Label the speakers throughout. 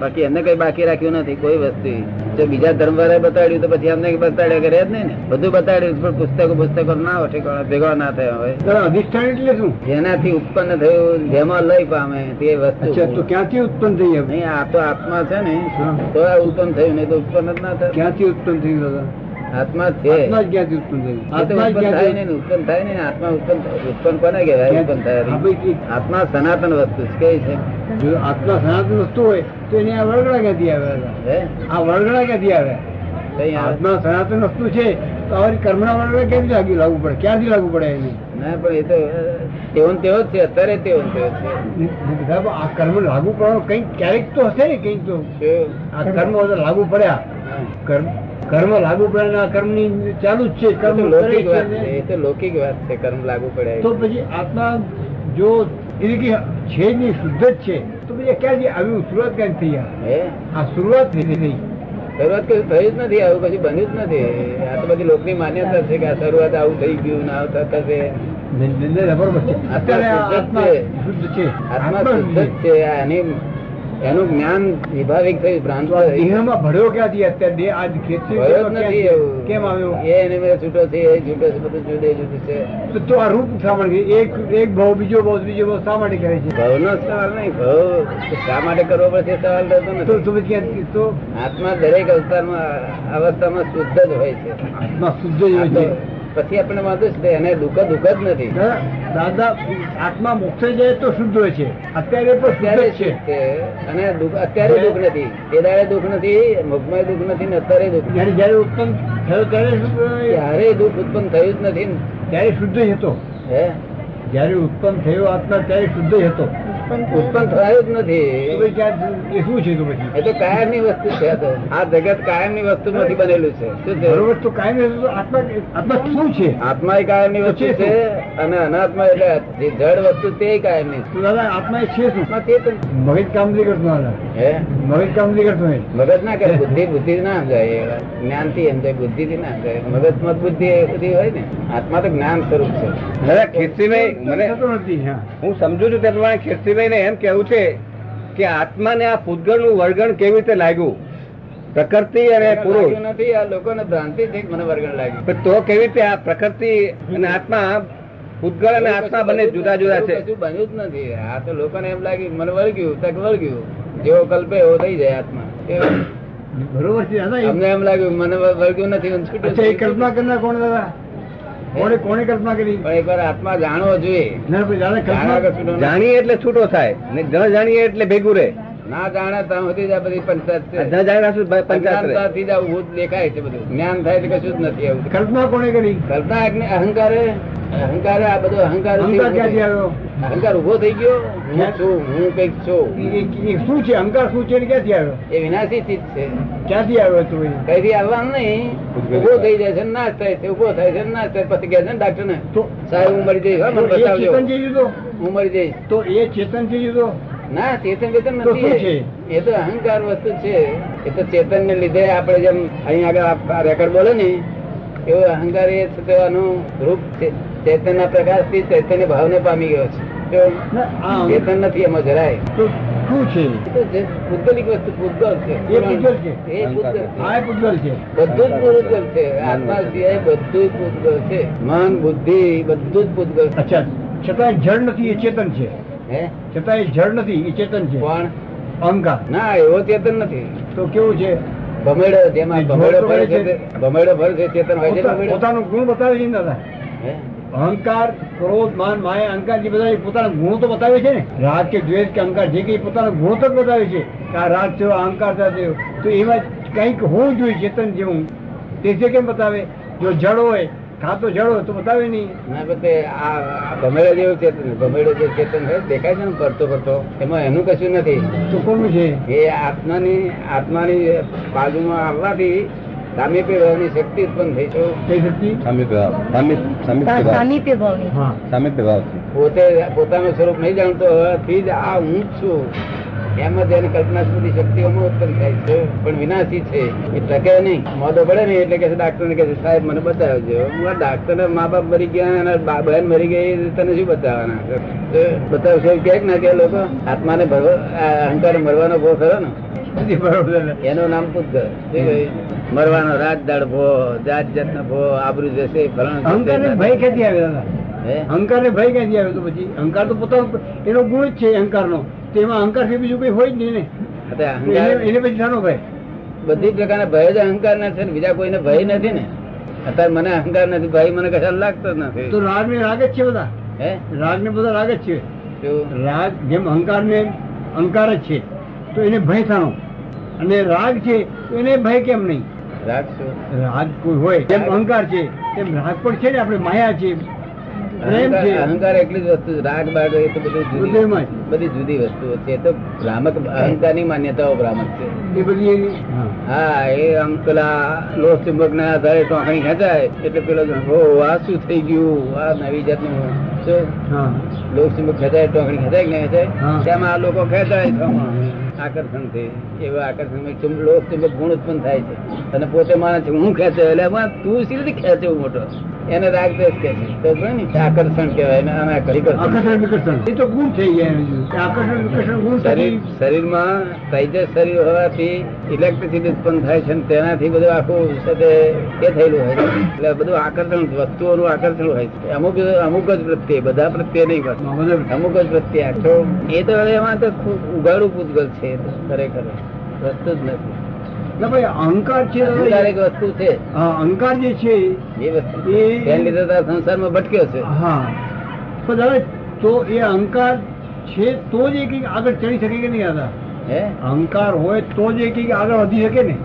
Speaker 1: બાકી એમને કઈ બાકી રાખ્યું નથી કોઈ વસ્તુ જો બીજા ધર્મ બતાડ્યું તો પછી અમને બતાડ્યા કરે જ નહીં ને બધું બતાડ્યું પણ પુસ્તકો પુસ્તકો ના હોય ઠેકાણા, ભેગા ના થયા હોય
Speaker 2: દાદા, અધિષ્ઠાન એટલે શું
Speaker 1: જેનાથી ઉત્પન્ન થયું જેમાં લય પામે તે
Speaker 2: અચ્છા તો
Speaker 1: વસ્તુ
Speaker 2: ક્યાંથી ઉત્પન્ન થઈ આપણે?
Speaker 1: નહીં આ તો આત્મા છે ને
Speaker 2: હા.
Speaker 1: તો આ ઉત્પન્ન થયું નહીં તો ઉત્પન્ન જ ના થાય
Speaker 2: ક્યાંથી ઉત્પન્ન થયું દાદા
Speaker 1: આત્મા જ છે
Speaker 2: આત્મા જ ક્યાંથી ઉત્પન્ન થયું
Speaker 1: એ તો
Speaker 2: આત્મા જ
Speaker 1: ઉત્પન્ન થાય
Speaker 2: ક્યાંથી
Speaker 1: નહીં ને, ઉત્પન્ન થાય નહીં ને, આત્મા ઉત્પન્ન ઉત્પન્ન કોને કહેવાય ઉત્પન થયા
Speaker 2: આપણે
Speaker 1: આત્મા
Speaker 2: જે-
Speaker 1: સનાતન વસ્તુ છે કઈ છે
Speaker 2: જો આત્મા સનાતન વસ્તુ હોય તો એને આ વળગડા ક્યાંથી આવ્યા દાદા?
Speaker 1: હે?
Speaker 2: આ વળગડા ક્યાંથી આવ્યા
Speaker 1: કઈ આવે?
Speaker 2: આત્મા સનાતન વસ્તુ છે તો આવરી કર્મના વળગડા ક્યાંથી લાગુ લાગવું પડે ક્યાંથી લાગુ પડે એને
Speaker 1: ના પણ એ તો તેવો ને તેવો જ છે અત્યારે તેવો ને તેવો જ
Speaker 2: સાહેબ, આ કર્મ લાગુ પડવાનું કંઈક ક્યારેક તો હશે ને કંઈક તો
Speaker 1: છે શું?
Speaker 2: આ કર્મ વગર લાગુ પડ્યા
Speaker 1: હા.
Speaker 2: કર્મ કર્મ લાગુ પડે ને આ કર્મની ચાલુ જ છે
Speaker 1: એ
Speaker 2: કર્મ
Speaker 1: તો
Speaker 2: કરે
Speaker 1: લૌકિક
Speaker 2: છે
Speaker 1: વાત છે એ તો લૌકિક વાત છે કર્મ લાગુ પડે
Speaker 2: તો પછી આત્મા જો એટલે કે છે જ નહીં શુદ્ધ જ છે તો પછી આ ક્યાંથી આવી શરૂઆત ક્યાંથી થઈ આ?
Speaker 1: હે
Speaker 2: આ શરૂઆત થઈ થઈ
Speaker 1: શરૂઆત કશું થયું જ નથી આવું કશું બન્યું જ નથી આ તો બધી લોકની માન્યતા છે કે આ શરૂઆત આવું થઈ ગયું ના આવતા થશે
Speaker 2: બરોબર છે અત્યારે આ આત્મા
Speaker 1: આત્મા
Speaker 2: શુદ્ધ છે
Speaker 1: આત્મા
Speaker 2: આત્મા
Speaker 1: શુદ્ધ જ
Speaker 2: શુદ્ધ છે.
Speaker 1: છે આ એની એનું જ્ઞાન વિભાવિક થયું ભ્રાંત
Speaker 2: તો આ
Speaker 1: થયું.
Speaker 2: દેહમાં ભળ્યો ક્યાંથી અત્યારે દેહ આ ખેતરી
Speaker 1: ભયો જ
Speaker 2: ભળ્યો
Speaker 1: નથી
Speaker 2: ક્યાંથી?
Speaker 1: એવું.
Speaker 2: કેમ આવ્યો
Speaker 1: એ એને મેં છૂટો છે એ છૂટો છે બધું જુદે જુદું છે
Speaker 2: તો- તો આ રૂપ શા માટે એક એક ભાવ બીજો ભાવ બીજો ભાવ શા માટે કરે છે
Speaker 1: ભવનો સવાલ નહીં ભવ શા માટે કરવો પડશે સવાલ રહેતો
Speaker 2: તો
Speaker 1: નથી
Speaker 2: તો પછી ક્યાંથી તો
Speaker 1: આત્મા દરેક અવતારમાં અવસ્થામાં શુદ્ધ જ હોય છે
Speaker 2: આત્મા શુદ્ધ જ હોય
Speaker 1: આ તો
Speaker 2: છે
Speaker 1: પછી આપણે વાંધો જ નહીં. એને દુઃખ દુઃખ જ નથી
Speaker 2: દાદા દાદા, આત્મા મોક્ષે જાય તો શુદ્ધ હોય છે અત્યારે પણ
Speaker 1: અત્યારે
Speaker 2: શુદ્ધ જ છે
Speaker 1: શુદ્ધ છે અને દુઃખ અત્યારે દુઃખ નથી તે દાડે દુઃખ નથી મુખમાં દુઃખ નથી ને અત્યારે દુઃખ નથી.
Speaker 2: જ્યારે જ્યારે ઉત્પન્ન થયો ત્યારે શુદ્ધ હોય.
Speaker 1: ક્યારેય દુઃખ ઉત્પન્ન થયું જ નથી ને.
Speaker 2: ત્યારે શુદ્ધ જ હતો
Speaker 1: હે
Speaker 2: જ્યારે ઉત્પન્ન થયો આત્મા ત્યારે શુદ્ધ જ હતો તો
Speaker 1: ઉત્પન્ન થયું જ
Speaker 2: પછી
Speaker 1: નથી
Speaker 2: ક્યાં- એ શું છે તો પછી
Speaker 1: એ તો કાયમની વસ્તુ છે આ તો. આ જગત કાયમની વસ્તુમાંથી બનેલું છે શું છે
Speaker 2: બરોબર તો કાંઈ નથી તો આત્મા આત્મા શું છે
Speaker 1: આત્મા એ કાયમની વસ્તુ છે અને અનાત્મા એટલે જે જડ વસ્તુ તે કાયમની છે.
Speaker 2: તો દાદા આત્મા એ છે શું
Speaker 1: આત્મા તે પણ
Speaker 2: મગજ કામ નથી કરતું દાદા
Speaker 1: હે
Speaker 2: મગજ કામ નથી કરતું એ.
Speaker 1: મગજ ના કરે બુદ્ધિ બુદ્ધિ ના સમજાય એ વાત. જ્ઞાનથી સમજાય બુદ્ધિથી ના સમજાય મગજ મત બુદ્ધિ એ બધી હોય ને આત્મા તો જ્ઞાન સ્વરૂપ છે
Speaker 3: દાદા ખીર્તિભાઈ મને
Speaker 2: થતું નથી હા
Speaker 3: હું સમજુ છું તે પ્રમાણે ખીર્તિભાઈ ને એમ કેવું છે કે આત્માને આ પૂતગળ નું વર્ગણ કેવી રીતે લાગ્યું પ્રકૃતિ અને પુરુષ
Speaker 1: લાગ્યું નથી આ લોકોને ભ્રાંતિ છે કે મને વર્ગણ લાગ્યું
Speaker 3: પણ તો કેવી રીતે આ પ્રકૃતિ અને આત્મા પૂતગળ અને આત્મા બંને જુદા જુદા છે
Speaker 1: કશું બન્યું જ નથી આ તો લોકોને એમ લાગ્યું મને વળગ્યું તક વળગ્યું જેવો કલ્પે એવો થઈ જાય આત્મા તે
Speaker 2: બરોબર છે દાદા એ-
Speaker 1: અમને એમ લાગ્યું મને વળગ્યું નથી અને છૂટ્યું.
Speaker 2: અચ્છા એ કલ્પના કરનાર કોણ દાદા કોણે કોણે કલ્પના કરી
Speaker 1: પણ એકવાર આત્મા જાણવો જોઈએ
Speaker 2: ના પછી દાદા
Speaker 1: જાણવા
Speaker 2: કલ્પના
Speaker 1: કશું ના-
Speaker 3: જાણીએ એટલે છૂટો થાય ને ન જાણીએ એટલે ભેગું રહે
Speaker 1: ના જાણે ત્યાં સુધી જ આ બધી પંચાયત
Speaker 3: આ ન
Speaker 1: છે
Speaker 3: જાણ્યા સુધી
Speaker 1: અજ્ઞાનતાથી
Speaker 3: પંચાયત રહે
Speaker 1: જ આ ભૂત દેખાય છે બધું જ્ઞાન થાય તો કશું જ નથી આવું
Speaker 2: કલ્પના કોણે કરી
Speaker 1: કલ્પના આજ્ઞા- અહંકારે અહંકારે આ બધો અહંકાર થી
Speaker 2: અહંકાર ક્યાંથી
Speaker 1: ઊભો
Speaker 2: આવ્યો
Speaker 1: થયો. અહંકાર ઉભો થઈ ગયો હું છું હું કઈક છું
Speaker 2: એ- એ- એ શું છે અહંકાર શું છે અને ક્યાંથી આવ્યો
Speaker 1: એ વિનાશી ચીજ છે
Speaker 2: ક્યાંથી આવ્યો તો એ?
Speaker 1: કઈથી આવવાનું નહીં ઉભો થઈ જાય છે નાશ થાય છે ઉભો થાય છે નાશ થાય પછી કહે છે ને ડાક્ટર ને
Speaker 2: તો
Speaker 1: સાહેબ હું મરી જઈશ હા, મને
Speaker 2: તો એ
Speaker 1: બતાવજો
Speaker 2: ચેતન છે જુદો
Speaker 1: હું મરી જઈશ
Speaker 2: તો એ ચેતન છે જુદો
Speaker 1: ના ચેતન ચેતન
Speaker 2: તો શું
Speaker 1: નથી એ તો અહંકાર વસ્તુ છે એ તો ચેતન ને લીધે આપણે જેમ અહીં આગળ રેકોર્ડ બોલે ને એવો અહંકાર એ છે તો આનું રૂપ છે ચેતન ના પ્રકાશ થી ચૈતન્ય ભાવને પામી ગયો છે
Speaker 2: ને આ
Speaker 1: તો
Speaker 2: અહંકાર
Speaker 1: ચેતન નથી એમાં જરાય
Speaker 2: તો શું
Speaker 1: એ
Speaker 2: છે
Speaker 1: તો જે ભૂગોલિક વસ્તુ ભૂગોળ છે
Speaker 2: એ ભૂગોળ છે.
Speaker 1: એ ભૂગોળ છે.
Speaker 2: આ એ પૂતગલ છે
Speaker 1: બધું જ ભૂગોળ છે આત્મા સિવાય બધું જ ભૂગોળ છે મન બુદ્ધિ બધું જ ભૂગોળ છે
Speaker 2: અચ્છા છતાં એ જળ નથી એ ચેતન છે
Speaker 1: હે
Speaker 2: છતાં એ જળ નથી એ ચેતન છે
Speaker 1: પણ
Speaker 2: અહંકાર
Speaker 1: ના એવો ચેતન નથી
Speaker 2: તો કેવું છે
Speaker 1: ભમેડો જેમાં ભમેડો ભરે છે તે- ભમેડો ભરે છે ચેતન હોય છે
Speaker 2: પોતા-
Speaker 1: ભમેડો?
Speaker 2: પોતાનો ગુણ બતાવે છે ને દાદા
Speaker 1: હે?
Speaker 2: અહંકાર ક્રોધ માન માયા અહંકાર જે બધા એ પોતાના ગુણો તો બતાવે છે ને રાગ કે દ્વેષ કે અહંકાર જે કંઈ પોતાના ગુણો તો જ બતાવે છે કે આ રાગ થયો આ અહંકાર થયો તો એમાં કંઈક હોવું જોઈએ ચેતન જેવું તે છે કેમ બતાવે જો જળ હોય ખાતો જળ હોય તો બતાવે નહીં
Speaker 1: ના પણ તે આ આ ભમેડો જેવું ચેતન ભમેડો જે ચેતન હોય દેખાય છે ને ફરતો ફરતો એમાં એનું કશું નથી
Speaker 2: તો કોનું છે
Speaker 1: એ આત્માની આત્માની બાજુમાં આવવાથી સામીપ્ય ભાવની શક્તિ ઉત્પન્ન થઈ છે
Speaker 2: કઈ શક્તિ
Speaker 3: સામિત્ય ભાવ સામિત- સામિત્ય ભાવ.
Speaker 4: સામીપ્ય ભાવની
Speaker 2: હા
Speaker 3: સામિત્ય ભાવ છે
Speaker 1: પોતે પોતાનું સ્વરૂપ નહીં જાણતો હોવાથી જ આ હું જ છું
Speaker 3: એમાં જેને કલ્પના સુધી શક્તિઓમાં ઉત્પન્ન થાય છે પણ વિનાશી છે એ ટકે નહીં મોઢો પડે ને એટલે કે ડાક્ટર ને કહે છે, સાહેબ મને બતાવજો હું આ ડાક્ટર મા બાપ મરી ગયા અને બા- બહેન મરી ગઈ તને શું બતાવવાના તો બતાવશે એવું કહે કે ના કે લોકો આત્માને ભરવો આ અહંકાર મરવાનો ભો ખરો ને
Speaker 2: નથી બરોબર ને.
Speaker 3: એનું નામ પૂતગલ શું કહ્યું? મરવાનો રાત દાડ ભો જાત જાત ભો આબરૂ જશે ફલાણું
Speaker 2: અહંકાર ને
Speaker 3: જશે.
Speaker 2: ભય ક્યાંથી આવે દાદા
Speaker 3: હે?
Speaker 2: અહંકાર ને ભય ક્યાંથી આવે તો પછી અહંકાર તો પોતાનો એનો ગુણ જ છે અહંકારનો તેમાં અહંકાર થી બીજું કઈ હોય જ નહીં ને
Speaker 3: એટલે
Speaker 2: તો
Speaker 3: અહંકાર
Speaker 2: એને એને પછી શાનો ભય
Speaker 3: બધી પ્રકારના ભય જ અહંકારના છે ને બીજા કોઈને ભય નથી ને અત્યારે મને અહંકાર નથી ભય મને કશા લાગતો જ
Speaker 2: તો
Speaker 3: નથી
Speaker 2: રાગ ને રાગ જ છે બધા
Speaker 3: હે
Speaker 2: રાગ ને બધા રાગ જ છે
Speaker 3: શું?
Speaker 2: રાગ જેમ અહંકાર ને અહંકાર જ છે તો એને ભય થાણો અને રાગ છે તો એને ભય કેમ નહીં
Speaker 3: રાગ શું?
Speaker 2: રાગ કોઈ હોય જેમ અહંકાર છે તેમ રાગ પણ છે ને આપણે માયા છે પ્રેમ
Speaker 3: અહંકાર
Speaker 2: છે
Speaker 3: અહંકાર એટલી જ વસ્તુ છે. રાગ બાગ એ તો બધું જુદી
Speaker 2: બધુંમાં
Speaker 3: બધી જુદી વસ્તુઓ છે એ તો ભ્રામક અહંકારની માન્યતાઓ ભ્રામક છે
Speaker 2: એ બધી એની- હા.
Speaker 3: હા એ આમ પેલા લોહ ચુંબકના આધારે ટોંકણી ખેંચાય એટલે પેલો "ઓ, આ શું થઈ ગયું આ નવી જાતનું શું
Speaker 2: હા
Speaker 3: લોક સિંહ ખેંચાય ટોકરી ખેંચાય કે નહીં
Speaker 2: હા.
Speaker 3: ખેંચાય તેમાં આ લોકો ખેંચાય છે આમાં. આકર્ષણથી એવા આકર્ષણમાં ચુંબ- લોક ચુંબક ગુણ ઉત્પન્ન થાય છે અને પોતે માણસ છે, હું ખેંચે એટલે એમાં તું સી રીતે ખેંચે એવો મોટો એને રાગદેશ કે છે તો ખબર ને? આકર્ષણ કહેવાય ને આને આકર્ષણ.
Speaker 2: આકર્ષણ વિકર્ષણ એ તો ગુણ થઈ ગયા એનું. આકર્ષણ વિકર્ષણ ગુણ
Speaker 3: શરીર
Speaker 2: થઈ
Speaker 3: શરીરમાં તેજસ શરીર હોવાથી ઇલેક્ટ્રિસિટી ઉત્પન્ન થાય છે અને તેનાથી બધું આખું સાથે એ થયેલું હોય છે એટલે બધું આકર્ષણ વસ્તુઓનું આકર્ષણ હોય છે અમુક અમુક જ પ્રત્યે બધા પ્રત્યે નહીં હોતું.
Speaker 2: બધા
Speaker 3: અમુક જ પ્રત્યે આખો એ તો હવે એમાં તો ખૂબ ઉઘાડું પૂતગલ છે એ તો ખરેખર વસ્તુ જ નથી
Speaker 2: ના ભાઈ અહંકાર છે
Speaker 3: અહંકાર એક વસ્તુ છે
Speaker 2: હા, અહંકાર જે છે
Speaker 3: એ વસ્તુ છે.
Speaker 2: એ-
Speaker 3: તેને લીધે તો આ સંસારમાં ભટક્યો છે
Speaker 2: હા પણ દાદા તો એ અહંકાર છે તો જ એ કંઈક આગળ ચડી શકે કે નહીં દાદા
Speaker 3: હે
Speaker 2: અહંકાર હોય તો જ એ કંઈક આગળ વધી શકે ને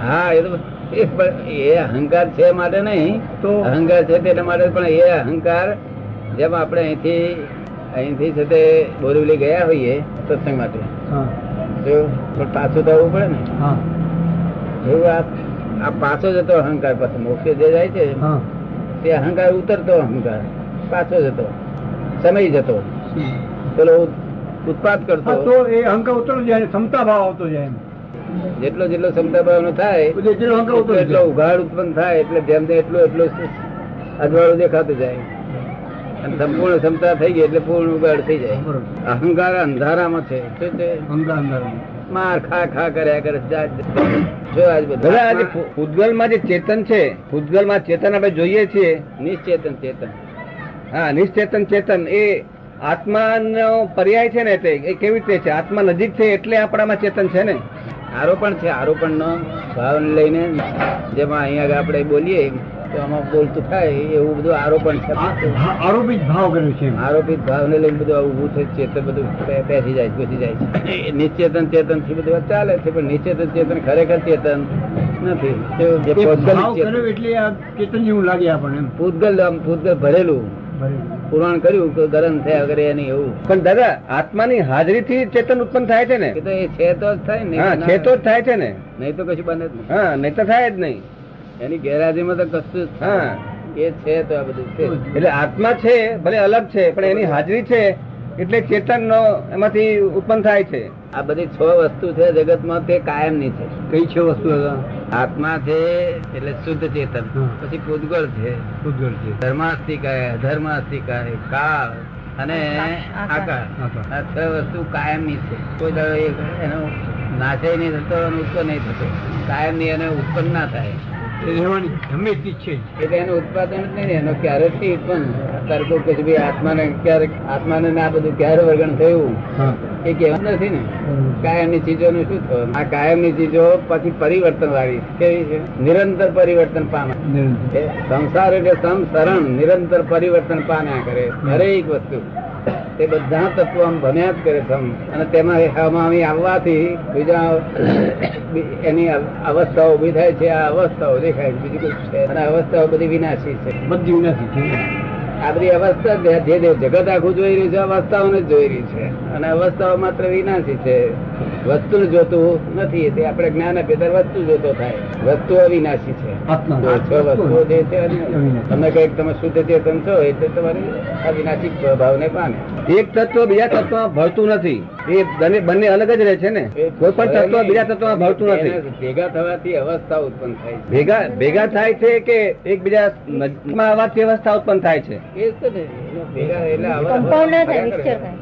Speaker 3: હા એ તો એ પણ એ અહંકાર છે માટે નહીં
Speaker 2: તો
Speaker 3: અહંકાર છે તેના માટે પણ એ અહંકાર જેમ આપણે અહીંથી અહીંથી છે તે બોરીવલી ગયા હોઈએ સત્સંગ માટે
Speaker 2: હા
Speaker 3: જો પણ પાછું તો આવવું પડે ને
Speaker 2: હા
Speaker 3: એવું આ આ પાછો જતો અહંકાર પાછો મોક્ષે જે જાય છે
Speaker 2: હા
Speaker 3: તે અહંકાર ઉતરતો અહંકાર પાછો જતો સમય જતો પેલો ઉત- ઉત્પાદ
Speaker 2: હા,
Speaker 3: કરતો
Speaker 2: તો એ અહંકાર ઉતરો જાય ક્ષમતા ભાવ આવતો જાય એમ
Speaker 3: જેટલો જેટલો ક્ષમતા ભાવનો થાય
Speaker 2: એટલે એટલો અહંકાર
Speaker 3: એટલો
Speaker 2: ઉતરો
Speaker 3: એટલો
Speaker 2: જાય.
Speaker 3: ઉઘાડ ઉત્પન્ન થાય એટલે જેમ તેમ એટલું એટલું અજવાળું દેખાતું જાય અને સંપૂર્ણ ક્ષમતા થઈ ગઈ એટલે પૂર્ણ ઉઘાડ થઈ જાય
Speaker 2: બરોબર.
Speaker 3: અહંકાર અંધારામાં છે શું છે
Speaker 2: અહંકાર અંદર
Speaker 3: માર ખા ખા કર્યા કરે જાત જાત. જો આજ
Speaker 1: દાદા આજે
Speaker 3: બધું
Speaker 1: ભૂ- ભૂતગલમાં જે ચેતન છે ભૂતગલમાં ચેતન આપણે જોઈએ છીએ
Speaker 3: નિશ્ચેતન ચેતન
Speaker 1: હા નિશ્ચેતન ચેતન એ આત્માનો પર્યાય છે ને તે એ કેવી રીતે છે આત્મા નજીક છે એટલે આપણામાં ચેતન છે ને
Speaker 3: આરોપણ છે આરોપણનો ભાવને લઈને જેમાં અહીંયા આગળ આપણે બોલીએ તો આમાં બોલતું થાય એવું બધું આરોપણ છે
Speaker 2: આ- હા, આરોપિત ભાવ કર્યો છે એમ.
Speaker 3: આરોપિત ભાવને લઈને બધું આ ઊભું થઈ ચેતન બધું પે- પેસી જાય છે, ઘૂસી જાય છે એ નિશ્ચેતન ચેતન થી બધું આ ચાલે છે પણ નિશ્ચેતન ચેતન ખરેખર ચેતન નથી તે જે
Speaker 2: એ ભાવ કર્યો
Speaker 3: પૌද්ગલિક ચેતન
Speaker 2: એટલે આ ચેતન જેવું લાગે આપણને એમ
Speaker 3: પૂતગલ આમ પૂતગલ ભરેલું
Speaker 2: બરાબર.
Speaker 3: પુરાણ કર્યું તો ગરમ થયા વગર એની એવું
Speaker 1: પણ દાદા આત્માની હાજરીથી ચેતન ઉત્પન્ન થાય છે ને
Speaker 3: એ તો એ છે તો જ થાય ને
Speaker 1: હા છે તો જ થાય છે ને
Speaker 3: નહીં તો કશું બને જ નહીં
Speaker 1: હા નહીં તો થાય જ નહીં
Speaker 3: એની ગેરહાજરીમાં તો કશું જ
Speaker 1: હા
Speaker 3: એ છે તો આ બધું છે
Speaker 1: એટલે આત્મા છે ભલે અલગ છે પણ એની હાજરી છે એટલે ચેતન એમાંથી ઉત્પન્ન થાય છે
Speaker 3: આ બધી છ વસ્તુ છે જગતમાં તે કાયમની છે
Speaker 2: કઈ છે વસ્તુ દાદા
Speaker 3: આત્મા છે એટલે શુદ્ધ ચેતન
Speaker 2: હમ.
Speaker 3: પછી પૂતગલ છે
Speaker 2: ઉદ્ગલ છે
Speaker 3: ધર્માસ્તિકાય અધર્માસ્તિકાય કાળ અને આકાર
Speaker 2: આકાર.
Speaker 3: આ છ વસ્તુ કાયમની છે કોઈ દાડો એ- એનો નાશય નહીં થતો અને ઉત્પન્ન નહીં થતો કાયમની એને ઉત્પન્ન ના થાય
Speaker 2: એ રહેવાની ગમે તે છે જ.
Speaker 3: એટલે એનું ઉત્પાદન જ નહીં ને એનો ક્યારેથી ઉત્પન્ન અત્યારે કોઈ કહે છે ભાઈ આત્માને ક્યારેક આત્માને ને આ બધું ક્યારે વર્ગણ થયું
Speaker 2: હા
Speaker 3: એ કહેવાનું નથી ને કાયમની ચીજોનું શું થવાનું આ કાયમની ચીજો પછી પરિવર્તન વાળી કેવી છે નિરંતર પરિવર્તન પામે
Speaker 2: નિરંતર.
Speaker 3: એ સંસાર એટલે સંસરણ નિરંતર પરિવર્તન પામ્યા કરે દરેક વસ્તુ તે બધા તત્વો આમ ભમ્યા જ કરે છે આમ. અને તેમાં એ હમામી આવવાથી બીજા બી- એની અવ- અવસ્થાઓ ઉભી થાય છે આ અવસ્થાઓ દેખાય છે બીજું કઈ છે અને આ અવસ્થાઓ બધી વિનાશી છે
Speaker 2: બધી વિનાશી છે
Speaker 3: આ બધી અવસ્થા જે જે જગત આખું જોઈ રહ્યું છે અવસ્થાઓને જ જોઈ રહી છે અને અવસ્થાઓ માત્ર વિનાશી છે વસ્તુ જોતું નથી તે આપણે જ્ઞાન આપીએ ત્યારે વસ્તુ જોતો થાય વસ્તુ અવિનાશી છે
Speaker 2: આત્મા.
Speaker 3: તો છ વસ્તુઓ જે છે
Speaker 2: અવિનાશી.
Speaker 3: તમે કઈક તમે શુદ્ધ ચેતન છો એટલે તમારી અવિનાશી ભાવને પામે
Speaker 1: એક તત્વ બીજા તત્વમાં ભળતું નથી એ બંને બંને અલગ જ રહે છે ને કોઈ પણ તત્વ બીજા તત્વમાં ભળતું નથી
Speaker 3: એના ભેગા થવાથી અવસ્થા ઉત્પન્ન થાય
Speaker 1: ભેગા ભેગા થાય છે કે એકબીજા નજીકમાં આવવાથી અવસ્થા ઉત્પન્ન થાય છે
Speaker 3: છે એ જ છે ને ભેગા એટલે આવા-
Speaker 5: કમ્પાઉન્ડ ના થાય મિક્સર થાય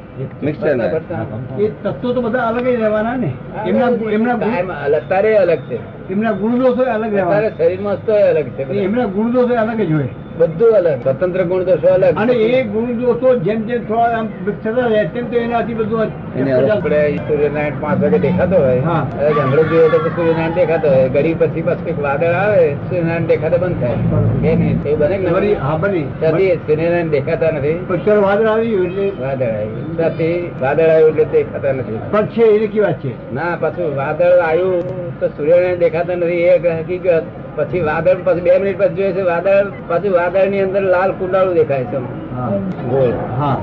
Speaker 1: મિક્સર ના.
Speaker 3: ભરતા-
Speaker 2: એ તત્વો તો બધા અલગ જ રહેવાના ને
Speaker 3: ભરતા.
Speaker 2: એમના એમના ગુણ-
Speaker 3: કાયમ અત્યારે અલગ છે
Speaker 2: એમના ગુણદોષો અલગ
Speaker 3: અત્યારે
Speaker 2: રહેવાના
Speaker 3: શરીરમાં તોય અલગ છે બધા.
Speaker 2: એમના ગુણદોષો અલગ જ હોય
Speaker 3: બધું અલગ સ્વતંત્ર ગુણદોષો અલગ
Speaker 2: અને એ ગુણદોષો જેમ જેમ થોડા આમ થતા રહે તેમ તેમ એનાથી બધું
Speaker 1: એને
Speaker 3: આપણે સૂર્યનારાયણ પાંચ વાગે દેખાતો હોય
Speaker 2: હા.
Speaker 3: હવે ગામડે જોઈએ તો સૂર્યનારાયણ દેખાતો હોય ઘડી પછી પાછું કંઈક વાદળ આવે સૂર્યનારાયણ દેખાતા બંધ થાય
Speaker 2: બરોબર.
Speaker 3: બે મિનિટ એવું બને કે
Speaker 2: વળી
Speaker 3: નહીં?
Speaker 2: હા બની
Speaker 3: ત્યાંથી સૂર્યનારાયણ દેખાતા નથી
Speaker 2: પક્ષર વાદળ આવ્યું એટલે
Speaker 3: વાદળ આવ્યું ત્યાંથી વાદળ આવ્યું એટલે દેખાતા નથી
Speaker 2: પક્ષ છે એ નક્કી વાત છે
Speaker 3: ના પાછું વાદળ આવ્યું તો સૂર્યનારાયણ દેખાતા નથી એ એક હકીકત પછી વાદળ પછી બે મિનિટ પછી જોઈએ છે વાદળ પાછું વાદળ ની અંદર લાલ કુંડાળું દેખાય છે
Speaker 2: હા
Speaker 3: ગોળ
Speaker 2: હા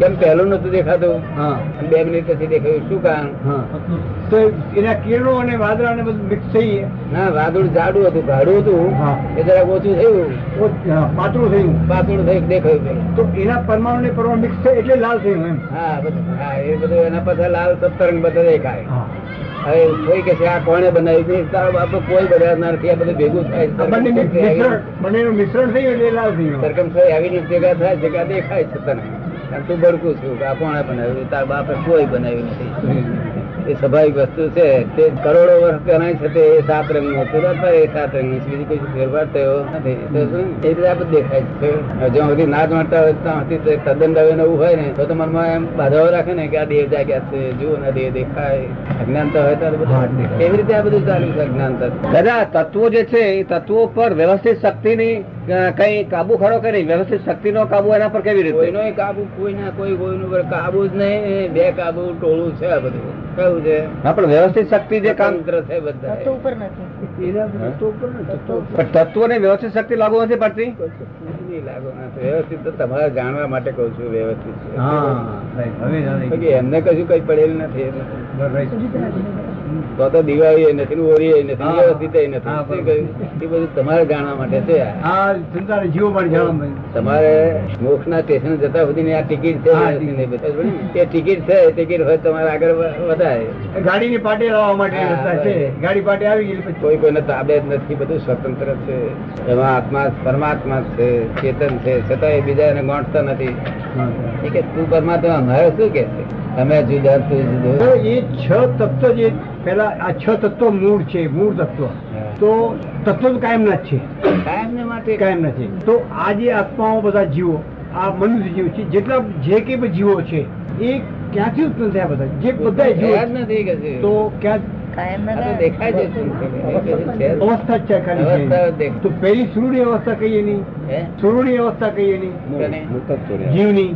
Speaker 3: કેમ પહેલું નતું દેખાતું
Speaker 2: હા
Speaker 3: અને બે મિનિટ પછી દેખાયું શું કારણ
Speaker 2: હા તો એના કિરણો અને વાદળા ને બધું મિક્સ થઈ
Speaker 3: ના વાદળ જાડું હતું ગાડું
Speaker 2: હા.
Speaker 3: હતું એ જરાક ઓછું થયું
Speaker 2: ઓ, હા, પાતળું થયું
Speaker 3: પાતળું થયું દેખાયું પેલું.
Speaker 2: તો એના પરમાણુ ને પરમાણુ મિક્સ થઈ એટલે લાલ થયું એમ
Speaker 3: હા બધું હા એ બધું એના પાછા લાલ સત્તરંગ બધા દેખાય
Speaker 2: હા.
Speaker 3: હવે કોઈ કે છે આ કોણે બનાવ્યું છે તારો બાપો કોઈ બનાવનાર નથી આ બધું ભેગું
Speaker 2: બંને મિ-
Speaker 3: થાય
Speaker 2: મિશ્રણ બંનેનું મિશ્રણ થયું એટલે લાલ થયું
Speaker 3: સરકમ આવી રીતે ભેગા થાય જગ્યા દેખાય છે તને અને તું ભડકું છું કે આ કોણે બનાવ્યું તારા બાપે કોઈ બનાવ્યું નથી એ સ્વાભાવિક વસ્તુ છે તે કરોડો વર્ષ ગણાય છે તે એ સાત રંગ નું હતું અત્યારે એ સાત રંગ છે બીજી કોઈ ફેરફાર થયો નથી તો શું? એ રીતે આ બધું દેખાય છે હવે જ્યાં સુધી ના જાણતા હોય ત્યાં સુધી તે તદ્દન હવે નવું હોય ને તો તમારા મનમાં એમ બાધાઓ રાખે ને કે આ દેવ જાગ્યા છે જુઓ ને દેવ દેખાય અજ્ઞાનતા હોય તો આ
Speaker 2: હા,
Speaker 3: બધું
Speaker 2: દેખાય.
Speaker 3: એવી રીતે આ બધું ચાલ્યું છે અજ્ઞાનતા
Speaker 1: દાદા તત્વો જે છે એ તત્વો પર વ્યવસ્થિત શક્તિની અ, કઈ કાબુ ખરો કે નહીં વ્યવસ્થિત શક્તિનો કાબુ એના પર કેવી રીતે
Speaker 3: કોઈનો એક કાબુ કોઈ ના કોઈ કોઈનું પર કાબુ જ નહીં એ બે કાબુ ટોળું છે આ બધું કયું છે
Speaker 1: હા પણ વ્યવસ્થિત શક્તિ જે કામ
Speaker 3: સ્વતંત્ર છે બધા
Speaker 5: તત્વ ઉપર નથી
Speaker 2: એના તત્વો ઉપર ને તત્વો ઉપર.
Speaker 1: પણ તત્વોને વ્યવસ્થિત શક્તિ લાગુ નથી પડતી
Speaker 3: નહીં લાગો ના. વ્યવસ્થિત તો તમારે જાણવા માટે કહું છું વ્યવસ્થિત છે.
Speaker 2: હા right. હવે
Speaker 3: બાકી
Speaker 2: જાણી.
Speaker 3: એમને કશું કઈ પડેલ નથી એમને.
Speaker 2: Right.
Speaker 3: તો તો દિવાળી નથી ને હોળી નથી
Speaker 2: હા.
Speaker 3: વ્યવસ્થિત નથી
Speaker 2: હા,
Speaker 3: શું
Speaker 2: બરોબર.
Speaker 3: કહ્યું? એ બધું તમારે જાણવા માટે છે આ.
Speaker 2: આ સંસારી જીવો પણ જાણવા મળે.
Speaker 3: તમારે મોક્ષ ના સ્ટેશન જતા સુધી ની આ ટિકિટ છે
Speaker 2: હા,
Speaker 3: વ્યવસ્થિત
Speaker 2: ટિકિટ.
Speaker 3: બતાવ્યું ને? એ ટિકિટ છે એ ટિકિટ હોય તો તમારે આગળ વ- વધારે
Speaker 2: ગાડીની પાટે લાવવા માટે
Speaker 3: હા,
Speaker 2: રસ્તા છે
Speaker 3: right.
Speaker 2: ગાડી પાટે આવી ગઈ પછી
Speaker 3: કોઈ કોઈને તાબે જ નથી બધું સ્વતંત્ર છે એમાં આત્મા પરમાત્મા છે ચેતન છે છતાં એ બીજાને ગોંઠતા નથી
Speaker 2: હા.
Speaker 3: એ કે તું પરમાત્મા અમારે શું કે છે અમે જુદા તું
Speaker 2: તો
Speaker 3: જુદો
Speaker 2: એ છ તત્વ જે પેલા આ છ તત્વ મૂળ છે મૂળ તત્વ
Speaker 3: હા.
Speaker 2: તો તત્વ તો કાયમ ના જ છે
Speaker 3: કાયમને
Speaker 2: તે
Speaker 3: માટે
Speaker 2: કાયમ નથી તો આ જે આત્માઓ બધા જીવો આ મનુષ્ય જીવ છે જેટલા જે કંઈ પણ જીવો છે એ ક્યાંથી ઉત્પન્ન થયા બધા જે બધા જીવો
Speaker 3: થયા જ નથી કે છે.
Speaker 2: છે, તો ક્યાં
Speaker 5: કાયમ
Speaker 3: આ
Speaker 5: ના
Speaker 3: તો
Speaker 5: થાય.
Speaker 3: દેખાય છે શું છે? કશું છે જ નહીં.
Speaker 2: અવસ્થા જ છે ખાલી
Speaker 3: અવસ્થા જ
Speaker 2: છે.
Speaker 3: દેખાય.
Speaker 2: તો પહેલી સુરુની અવસ્થા કહીએ નહીં
Speaker 3: હે?
Speaker 2: સુરુની અવસ્થા કહીએ નહીં
Speaker 3: કોને?
Speaker 2: જીવની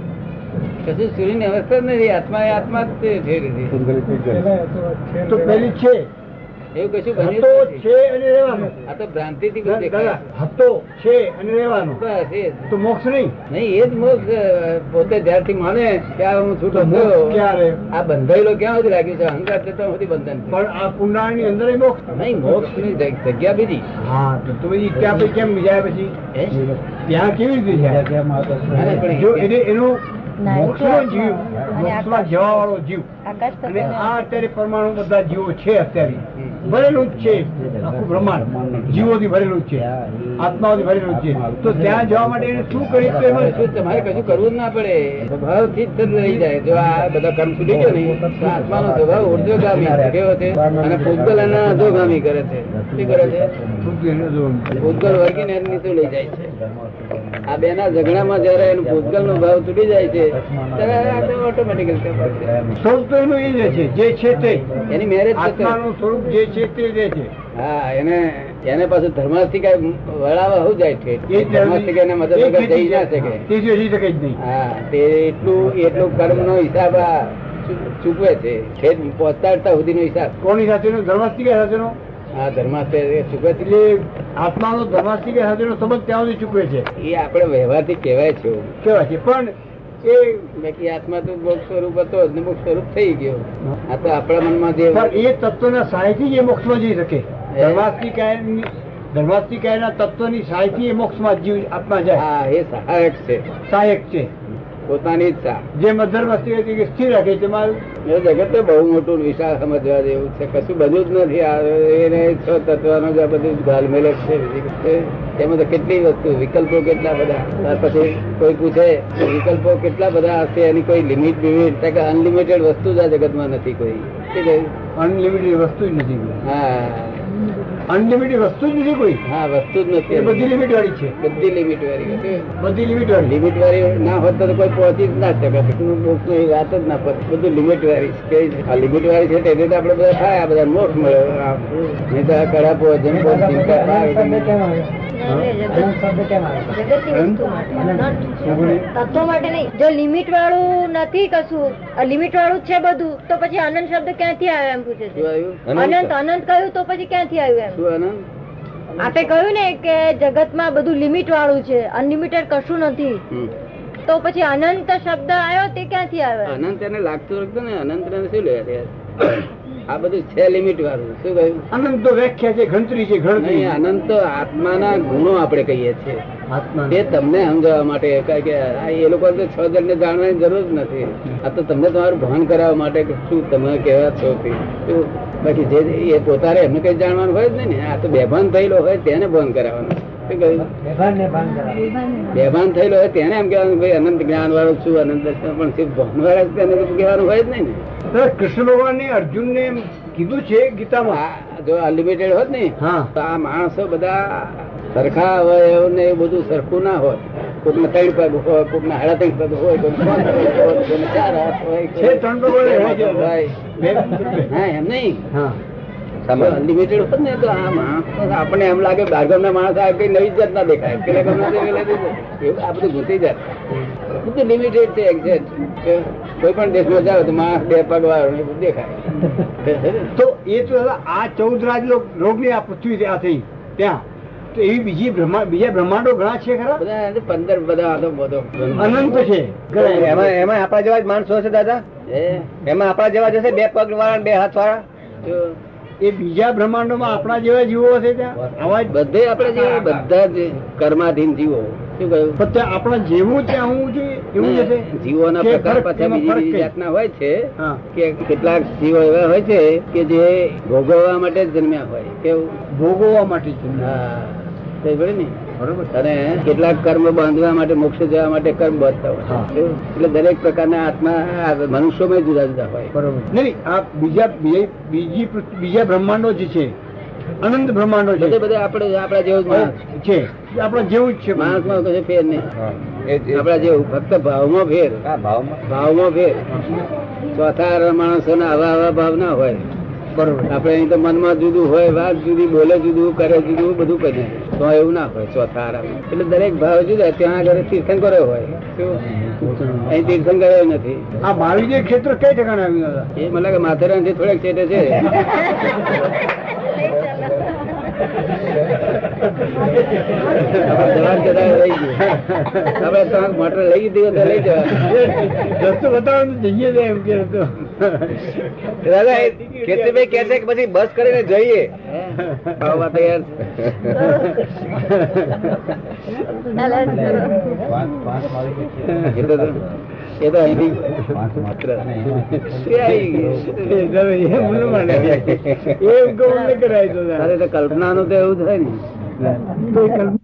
Speaker 3: કશું સૂર્યની અવસ્થા જ નથી આત્મા એ આત્મા જ છે જે રીતે.
Speaker 2: તો પહેલી છે
Speaker 3: એવું કશું બન્યું
Speaker 2: હતો
Speaker 3: જ નથી.
Speaker 2: છે અને રહેવાનો
Speaker 3: આ તો ભ્રાંતિ થી
Speaker 2: દાદા
Speaker 3: દેખાય
Speaker 2: હતો છે અને રહેવાનો
Speaker 3: બસ એ જ.
Speaker 2: તો મોક્ષ નહીં
Speaker 3: નહીં એ જ મોક્ષ અ, પોતે જ્યારથી માને ત્યારે હું
Speaker 2: તો
Speaker 3: છૂટો
Speaker 2: મોક્ષ
Speaker 3: થયો
Speaker 2: ક્યારે
Speaker 3: આ બંધાયેલો ક્યાં સુધી લાગ્યો છે અહંકાર છે તો સુધી બંધન છે.
Speaker 2: પણ આ કુંડાળની અંદર એ મોક્ષ
Speaker 3: નહીં મોક્ષની જગ- જગ્યા બીજી
Speaker 2: હા તો તો પછી ત્યાં પછી કેમ જાય પછી
Speaker 3: હે?
Speaker 2: ત્યાં કેવી રીતે જાય
Speaker 3: અરે પણ
Speaker 2: જો એને એનો
Speaker 5: ના, એ તો
Speaker 2: મોક્ષનો જીવ
Speaker 5: આત્મા.
Speaker 2: મોક્ષમાં જવા વાળો જીવ
Speaker 5: આકાશ
Speaker 2: અને
Speaker 5: તત્વને
Speaker 2: આ અત્યારે પરમાણુ બધા જીવો છે અત્યારે
Speaker 3: હમ.
Speaker 2: ભરેલું જ છે આખું બ્રહ્માંડ જીવોથી ભરેલું જ છે આત્માઓથી ભરેલું જ છે તો ત્યાં જવા માટે એને શું કરી તો એમાં
Speaker 3: કશું તમારે કશું કરવું જ ના પડે સ્વભાવથી જ તદ્દન રહી જાય જો આ બધા કર્મ છૂટી ગયો ને તો આત્માનો સ્વભાવ ઉર્ધ્વગામી છે. કેવો છે અને પૂતગલના અધોગામી કરે છે શું કરે છે
Speaker 2: શું એનો જો
Speaker 3: પૂતગલ વર્ગીને એની નીચે લઈ જાય છે આ બેના ઝઘડામાં જ્યારે એનું પૂતગલનો ભાવ તૂટી જાય છે ત્યારે આ તો ઓટોમેટિકલ
Speaker 2: સ્વરૂપ તો એનું એ જ છે જે છે તે
Speaker 3: એની મેરેજ
Speaker 2: આત્માનું સ્વરૂપ જે છે તે જ છે
Speaker 3: હા એને એને પાછું ધર્માસ્તિકા વળાવવા હું જાય છે
Speaker 2: એ જ
Speaker 3: ધર્માસ્તિકા એને મદદ વગર જઈ ના શકે
Speaker 2: તે જઈ શકે જ નહીં
Speaker 3: હા તે એટલું એટલું કર્મ નો હિસાબ આ ચૂ- ચૂકવે છે છેદ પહોંચતા અડતા સુધીનો હિસાબ
Speaker 2: કોની સાથેનો ધર્માસ્તિકા સાથેનો
Speaker 3: આ ધર્માસ્તે ચૂકવે છે એટલે
Speaker 2: એટલે આત્માનો ધર્માસ્તિકા સાથેનો સંબંધ ત્યાં સુધી ચૂકવે છે
Speaker 3: એ આપણે વ્યવહારથી કહેવાય છે એવું.
Speaker 2: કેવાય છે પણ એ
Speaker 3: બાકી આત્મા તો મોક્ષ સ્વરૂપ હતો જ ને મોક્ષ સ્વરૂપ થઈ ગયો આ તો આપણા મનમાં જે
Speaker 2: પણ એ તત્વના સહાયથી જ એ મોક્ષમાં જઈ શકે ધર્માસ્તી કાયમની ધર્માસ્તી કાયના તત્વની સહાયથી એ મોક્ષમાં જીવ આત્મા જાય
Speaker 3: હા એ સહાયક છે
Speaker 2: સહાયક છે
Speaker 3: પોતાની જ સા
Speaker 2: જે મધ્યમસ્તી હતી કે સ્થિર રાખે તેમાં
Speaker 3: એ જગત એ બહુ મોટું વિશાળ સમજવા જેવું છે કશું બધું જ નથી આ એને છ તત્વનો જ આ બધું જ ગાલમેલ જ છે બીજી કશું છે. તેમાં તો કેટલી વસ્તુ વિકલ્પો કેટલા બધા ત્યાર પછી કોઈ પૂછે કે વિકલ્પો કેટલા બધા હશે એની કોઈ લિમિટ બિમિટ તો કે અનલિમિટેડ વસ્તુ જ આ જગતમાં નથી કોઈ શું કહ્યું?
Speaker 2: અનલિમિટેડ વસ્તુ જ નથી
Speaker 3: હા
Speaker 2: અનલિમિટેડ વસ્તુ જ નથી કોઈ
Speaker 3: હા વસ્તુ જ
Speaker 2: એ બધી
Speaker 3: નથી
Speaker 2: લિમિટ વાળી છે
Speaker 3: બધી લિમિટ વાળી હતી
Speaker 2: બધી લિમિટ વાળી
Speaker 3: લિમિટ વાળી ના હોત તો કોઈ પહોંચી જ ના શકે મોક્ષ ની વાત જ ના પડે બધું લિમિટ વાળી છે. કેવી છે? આ લિમિટ વાળી છે તેથી તો આપણે બધા થાય આ બધા મોક્ષ મળ્યો આ નહીં તો આ કડા પહોંચે ને પહોંચી ને કાંઈ પાર નહીં.
Speaker 5: જગત ની વસ્તુ માટે not તત્વો માટે નહીં જો લિમિટ વાળું નથી કશું લિમિટ વાળું જ છે બધું તો પછી અનંત શબ્દ ક્યાંથી આવ્યો એમ પૂછે
Speaker 3: શું
Speaker 5: છે
Speaker 3: આવ્યું?
Speaker 5: અનંત અનંત કહ્યું તો પછી ક્યાંથી આવ્યું
Speaker 3: શું આનંદ?
Speaker 5: એમ આપે કહ્યું ને કે જગતમાં બધું લિમિટ વાળું છે અનલિમિટેડ કશું નથી
Speaker 3: હમ.
Speaker 5: તો પછી અનંત શબ્દ આવ્યો તે ક્યાંથી આવ્યો
Speaker 3: અનંત એને લાગતું હતું ને અનંત ને શું લેવા દેવા? આ બધું છે લિમિટ વાળું શું કહ્યું
Speaker 2: અનંત તો વ્યાખ્યા છે ગણતરી છે ગણતરી
Speaker 3: નહીં અનંત તો આત્માના ગુણો આપણે કહીએ છીએ
Speaker 2: આત્મા
Speaker 3: તે તમને સમજાવવા માટે કારણ કે આ એ લોકો તો છ જણને જાણવાની જરૂર જ નથી આ તો તમને તમારું ભાન કરાવવા માટે કે શું તમે કેવા છો તે શું? બાકી જે એ પોતાને એમને કઈ જાણવાનું હોય જ નહીં ને આ તો બેભાન થયેલો હોય તેને ભાન કરાવવાનું શું કહ્યું બેભાન થયેલો હોય તેને એમ કહેવાનું ભાઈ અનંત જ્ઞાન વાળો છું અનંત દર્શન પણ શિવ ભાન વાળા છે તેને તો કહેવાનું હોય જ નહીં ને
Speaker 2: કૃષ્ણ ભગવાને અર્જુનને એમ કીધું છે ગીતામાં
Speaker 3: આ જો અનલિમિટેડ હોત ને
Speaker 2: હા
Speaker 3: તો આ માણસો બધા સરખા અવયવ ને એ બધું સરખું ના હોય કોકને ત્રણ પગ હોય કોકને સાડા ત્રણ પગ હોય કોકને પાંચ પગ હોય કોકને ચાર હાથ હોય
Speaker 2: છે ત્રણ પગ હોય, હોય છે.
Speaker 3: હોય.
Speaker 2: બે-
Speaker 3: હા એમ નહીં
Speaker 2: હા
Speaker 3: અનલિમિટેડ હોત ને તો આ માણસ તો આપણને એમ લાગે બારગામના માણસ આ કઈ નવી જ જાતના દેખાય પેલા ગામના દેખાય એવું આ બધું ઘૂંટી જાય બધું લિમિટેડ છે exact. કોઈ પણ દેશમાં જાઓ તો માણસ બે પગ વાળો ને એ બધું દેખાય
Speaker 2: તો એ તો દાદા આ ચૌદ રાજ રોગની આ પૃથ્વી આ થઈ ત્યાં તો એવી બીજી બ્રહ્મા બીજા બ્રહ્માંડો ઘણા છે ખરા
Speaker 3: બધા પંદર બધા આટો બધો
Speaker 2: અનંત છે ઘણા.
Speaker 1: એમાં એમાં આપણા જેવા જ માણસો હશે દાદા
Speaker 3: હે?
Speaker 1: એમાં આપણા જેવા જ હશે બે પગ વાળા બે હાથ વાળા
Speaker 3: જો
Speaker 2: એ બીજા બ્રહ્માંડોમાં આપણા જેવા જીવો હશે ત્યાં આવા જ
Speaker 3: બધે આપણે જે બધા જ કર્માધીન જીવો શું કહ્યું
Speaker 2: પણ ત્યાં આપણા જેવું ત્યાં હું જોઈએ એવું જ હશે
Speaker 3: જીવોના
Speaker 2: કે
Speaker 3: પ્રકાર
Speaker 2: ફરક,
Speaker 3: પાછા
Speaker 2: એમાં
Speaker 3: બીજી
Speaker 2: ફરક
Speaker 3: બીજી
Speaker 2: કઈ?
Speaker 3: જાતના હોય છે
Speaker 2: હા.
Speaker 3: કે કેટલાક જીવો એવા હોય છે કે જે ભોગવવા માટે જ જન્મ્યા હોય કેવું
Speaker 2: ભોગવવા માટે જ.
Speaker 3: હા તે ખબર ને
Speaker 2: બરોબર
Speaker 3: અને કેટલાક કર્મ બાંધવા માટે મોક્ષ જવા માટે કર્મ બાંધતા હોય
Speaker 2: હા.
Speaker 3: કેવું? એટલે દરેક પ્રકારના આત્મા આ મનુષ્યોમાં જુદા જુદા હોય
Speaker 2: બરોબર નહીં આ બીજા બીજા- બીજી પૃથ્વી- બીજા બ્રહ્માંડો જે છે અનંત બ્રહ્માંડો છે
Speaker 3: બધે બધે આપણે આપણા જેવો જ માણસ
Speaker 2: છે એ આપણા જેવું જ છે
Speaker 3: માણસમાં કશું ફેર નહીં
Speaker 1: એ જ- એ જ.
Speaker 3: આપણા જેવું ફક્ત ભાવમાં ફેર
Speaker 1: હા, ભાવમાં
Speaker 3: ભાવમાં ફેર ચોથા માણસોને આવા આવા ભાવ ના હોય
Speaker 2: બરોબર
Speaker 3: આપણે અહીં તો મનમાં જુદું હોય વાત જુદી બોલે જુદું કરે જુદું બધું કરી તો એવું ના હોય ચોથા આરામ એટલે દરેક ભાવ જુદા ત્યાં આગળ તીર્થંકરો હોય શું? અહીં તીર્થંકરો નથી
Speaker 2: આ મહાવીર ક્ષેત્ર કઈ ઠેકાણે આવ્યું દાદા
Speaker 3: એ મને લાગે માથેરાન થી થોડેક છેટે છે આપણે જવાનું કદાચ લઈ ગયું આપણે ત્રણ મોટર લઈ ગઈ હતી તો લઈ જવા
Speaker 2: રસ્તો બતાવવાનું જઈએ ને એમ કે હતો
Speaker 1: દાદા એ કેતરીભાઈ કહે છે કે પછી બસ કરીને જઈએ
Speaker 3: ભાવમાં તૈયાર છે
Speaker 5: ચાલો.
Speaker 3: એ તો એ તો અહીંથી માત્ર એ આવી ગયું.
Speaker 2: એ તમે એમ ન માને. એમ કબૂલ ન કરાય તો દાદા.
Speaker 3: તારે તો કલ્પનાનું તો એવું થાય ને
Speaker 2: તો એ કલ્પના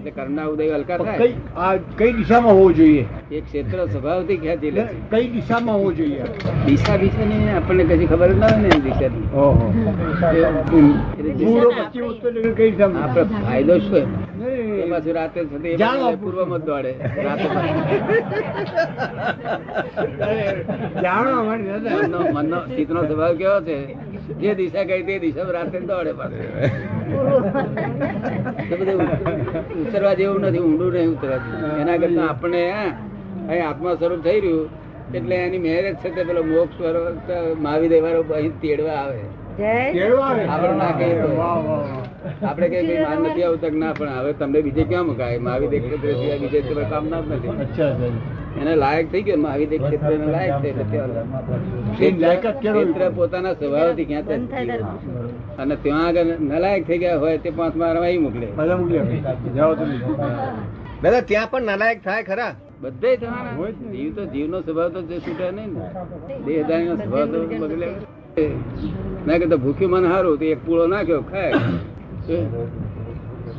Speaker 3: એટલે કર્મના ઉદય હલકા થાય
Speaker 2: કઈ આ કઈ દિશામાં હોવું જોઈએ
Speaker 3: એ ક્ષેત્ર સ્વભાવથી ખેંચી લે છે.
Speaker 2: કઈ દિશામાં હોવું જોઈએ
Speaker 3: દિશા વિશે ની આપણને કશી ખબર જ ના હોય ને એની દિશાની
Speaker 2: ઓહો
Speaker 3: એટલે દિશા-
Speaker 2: પૂર્વ પશ્ચિમ ઉત્તર દક્ષિણ કઈ દિશામાં
Speaker 3: આપણો ફાયદો શું એમ? એ
Speaker 2: નહીં.
Speaker 3: પાછું રાતે સુધી એ
Speaker 2: જાણ
Speaker 3: બધું
Speaker 2: આપું.
Speaker 3: પૂર્વમાં જ દોડે રાતે પાછું.
Speaker 2: જાણવા માટે દાદા
Speaker 3: મનનો મનનો ચિત્તનો સ્વભાવ કેવો છે જે દિશા ગઈ તે દિશા રાતે દોડે પાછું. એ બધું ઉતરવા જેવું નથી ઊંડું નહીં ઉતરવા જેવું એના કરતા આપણે હા, અહીં આત્મા સ્વરૂપ થઈ રહ્યું
Speaker 1: એટલે એની મેરેજ છે તે પેલો મોક્ષ વાળો માવી દેવાળો અહીં તેડવા આવે
Speaker 5: જય
Speaker 2: કેળું આવે
Speaker 1: આવરણ ના કહીએ તો.
Speaker 2: વાહ, વાહ, વાહ.
Speaker 1: આપણે કઈ કઈ માન નથી આવતા કે ના પણ હવે તમને બીજે ક્યાં મુકાય મહાવીર એક ક્ષેત્ર સિવાય બીજે ક્ષેત્ર કામના જ નથી
Speaker 2: અચ્છા સાહેબ
Speaker 1: એને લાયક થઈ ગયો મહાવીર એક ક્ષેત્રને લાયક છે એટલે ત્યાં
Speaker 2: એની લાયકાત કેળવવી પડે.
Speaker 1: ક્ષેત્ર પોતાના સ્વભાવથી ક્યાં
Speaker 5: બંધ થાય
Speaker 1: ત્યાં જ
Speaker 5: ત્યારે પૂછું.
Speaker 1: અને ત્યાં આગળ નલાયક થઈ ગયા હોય તે પાંચ માર મોકલે
Speaker 2: બધા મોકલી આપી. જાઓ તમે
Speaker 3: દાદા ત્યાં પણ નાલાયક થાય ખરા
Speaker 1: બધે થવાના
Speaker 2: હોય જ ને.
Speaker 1: જીવ તો જીવનો સ્વભાવ તો જે છૂટે નહીં ને દેહદારીનો સ્વભાવ તો બગડે ના કે તો ભૂખ્યું મન હારું તો એક પૂળો નાખ્યો ખાય શું?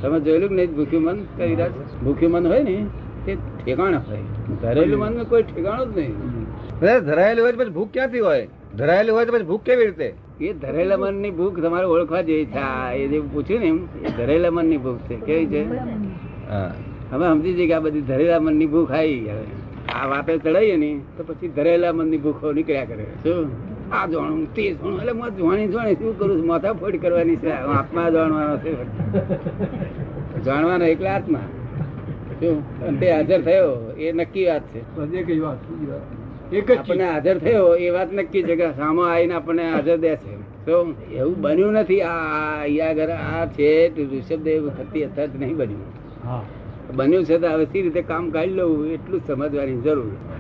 Speaker 1: તમે જોયેલું કે નહીં ભૂખ્યું મન કઈ રાત ભૂખ્યું મન હોય ને તે ઠેકાણા હોય ધરેલું મન કોઈ ઠેકાણું જ નહીં
Speaker 3: દાદા ધરાયેલું હોય તો પછી ભૂખ ક્યાંથી હોય ધરાયેલું હોય તો પછી ભૂખ કેવી રીતે
Speaker 1: એ ધરેલા મનની ભૂખ તમારે ઓળખવા જેવી છે આ એ જે પૂછ્યું ને એમ એ ધરેલા મનની ભૂખ છે કેવી છે
Speaker 3: હા
Speaker 1: હવે સમજી જઈએ કે આ બધી ધરેલા મનની ભૂખ આવી હવે આ વાપે ચડાઈએ ને તો પછી ધરેલા મનની ભૂખો નીકળ્યા કરે શું આ જાણું તે જાણું એટલે હું જાણી જાણી શું કરું છું માથા ફોડ કરવાની છે હું આત્મા જાણવાનો છે જાણવાનો એકલા આત્મા શું અને તે હાજર થયો એ નક્કી વાત છે
Speaker 2: બસ એક જ વાત બીજી વાત. એક જ
Speaker 1: આપણને
Speaker 2: ચીજ.
Speaker 1: હાજર થયો એ વાત નક્કી છે કે સામો આવીને આપણને હાજર દે છે તો એવું બન્યું નથી આ આ અહીંયા આગળ આ છે તે ઋષભદેવ હતી અથત નહીં બન્યું
Speaker 2: હા
Speaker 1: બન્યું છે તો હવે સી રીતે કામ કાઢી લેવું એટલું જ સમજવાની જરૂર